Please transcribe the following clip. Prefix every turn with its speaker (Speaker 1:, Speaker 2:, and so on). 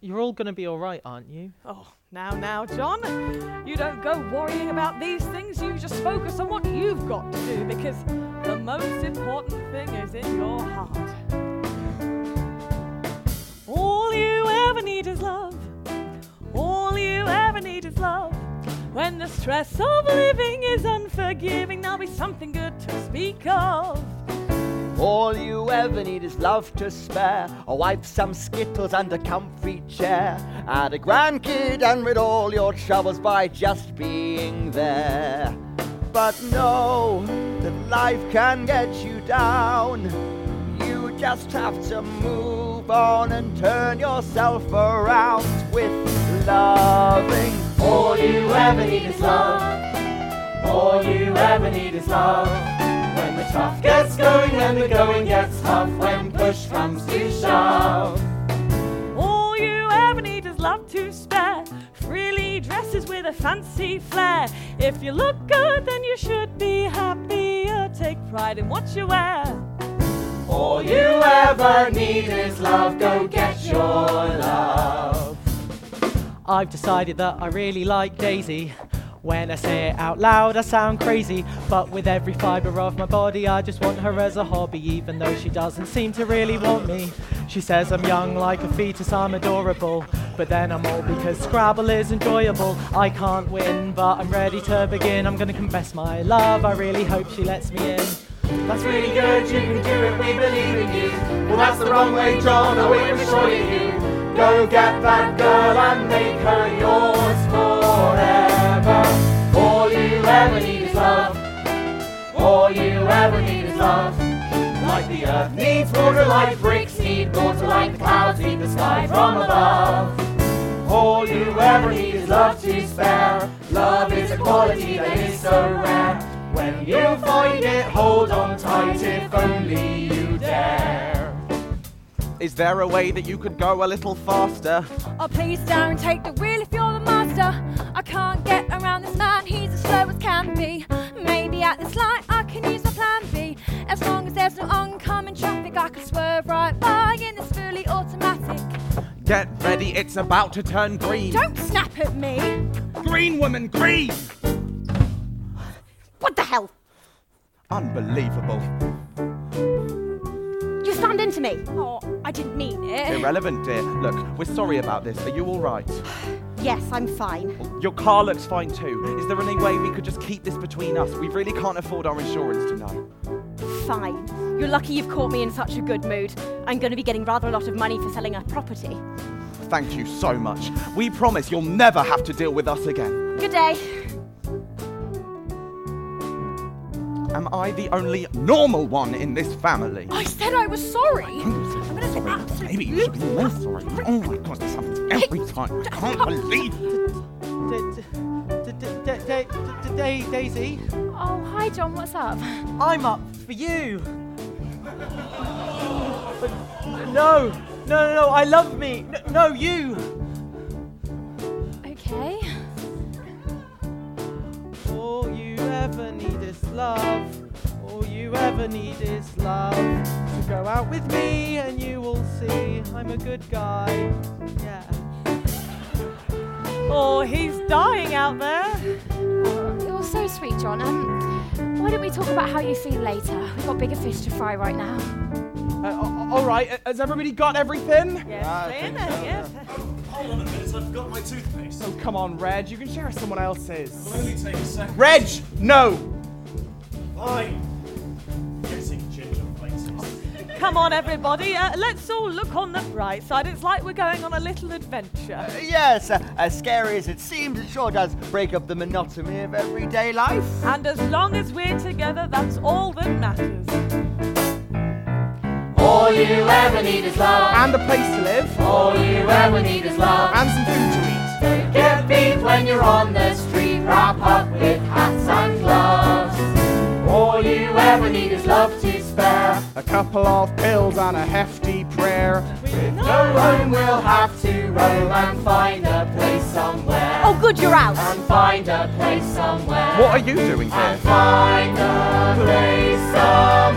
Speaker 1: You're all going to be all right, aren't you?
Speaker 2: Oh, now, now, John, you don't go worrying about these things. You just focus on what you've got to do because the most important thing is in your heart. All you ever need is love. All you ever need is love. When the stress of living is unforgiving, there'll be something good to speak of.
Speaker 3: All you ever need is love to spare. A wife, some skittles, and a comfy chair. Add a grandkid and rid all your troubles by just being there. But know that life can get you down. You just have to move on and turn yourself around with loving. All you ever need is love. All you ever need is love. When the tough gets going, when the going gets tough, when push comes to shove.
Speaker 2: All you ever need is love to spare. Freely dresses with a fancy flair. If you look good, then you should be happier. Take pride in what you wear.
Speaker 3: All you ever need is love, go get your love.
Speaker 1: I've decided that I really like Daisy. When I say it out loud, I sound crazy. But with every fibre of my body, I just want her as a hobby, even though she doesn't seem to really want me. She says I'm young like a fetus, I'm adorable. But then I'm old because Scrabble is enjoyable. I can't win, but I'm ready to begin. I'm gonna confess my love, I really hope she lets me in.
Speaker 3: That's really good, you can do it, we believe in you. Well, that's the wrong way, John, I will assure you. Go get that girl and make her yours forever. All you ever need is love. All you ever need is love. Like the earth needs water, like bricks need water, like the clouds need the sky from above. All you ever need is love to spare. Love is a quality that is so rare. When you find it, hold on tight if only you dare.
Speaker 4: Is there a way that you could go a little faster?
Speaker 5: Oh, please, Darren, take the wheel if you're the master. I can't get around this man, he's as slow as can be. Maybe at this light I can use my plan B. As long as there's no oncoming traffic, I can swerve right by in this fully automatic.
Speaker 4: Get ready, it's about to turn green.
Speaker 5: Don't snap at me!
Speaker 4: Green woman, green!
Speaker 5: What the hell?
Speaker 4: Unbelievable.
Speaker 5: You slammed into me! Oh, I didn't mean it.
Speaker 4: Irrelevant, dear. Look, we're sorry about this. Are you all right?
Speaker 5: Yes, I'm fine.
Speaker 4: Your car looks fine too. Is there any way we could just keep this between us? We really can't afford our insurance to know.
Speaker 5: Fine. You're lucky you've caught me in such a good mood. I'm going to be getting rather a lot of money for selling a property.
Speaker 4: Thank you so much. We promise you'll never have to deal with us again.
Speaker 5: Good day.
Speaker 4: Am I the only normal one in this family?
Speaker 5: I said I was sorry!
Speaker 4: I'm
Speaker 5: gonna say absolutely-
Speaker 4: Maybe you should be less sorry. Oh my god, this happens every time. I can't believe
Speaker 1: Da- da- da- da- da- da- da- da- Daisy,
Speaker 6: Oh, hi, John. What's up?
Speaker 1: I'm up for you. But no, no, no, no, I love me. No, no, you.
Speaker 6: Okay.
Speaker 1: All you ever need is love. All you ever need is love. So go out with me and you will see I'm a good guy. Yeah.
Speaker 2: Oh, he's dying out there.
Speaker 6: Oh, you're so sweet, John. Um, why don't we talk about how you feel later? We've got bigger fish to fry right now.
Speaker 4: Uh, all right, has everybody got everything?
Speaker 2: Yes,
Speaker 3: Ah,
Speaker 2: Diana, yes.
Speaker 7: Hold on a minute, I've got my toothpaste.
Speaker 4: Oh, come on, Reg. You can share someone else's.
Speaker 7: It'll only take a second.
Speaker 4: Reg, no.
Speaker 7: I'm getting ginger places.
Speaker 2: Come on, everybody. Uh, let's all look on the bright side. It's like we're going on a little adventure.
Speaker 3: Yes, uh, as scary as it seems, it sure does break up the monotony of everyday life.
Speaker 2: And as long as we're together, that's all that matters.
Speaker 3: All you ever need is love.
Speaker 4: And a place to live.
Speaker 3: All you ever need is love.
Speaker 4: And some food to eat.
Speaker 3: Get beat when you're on the street. Wrap up with hats and gloves. All you ever need is love to spare.
Speaker 4: A couple of pills and a hefty prayer.
Speaker 3: No room will have to roam and find a place somewhere.
Speaker 5: Oh, good, you're out!
Speaker 3: And find a place somewhere.
Speaker 4: What are you doing here?
Speaker 3: Find a place somewhere.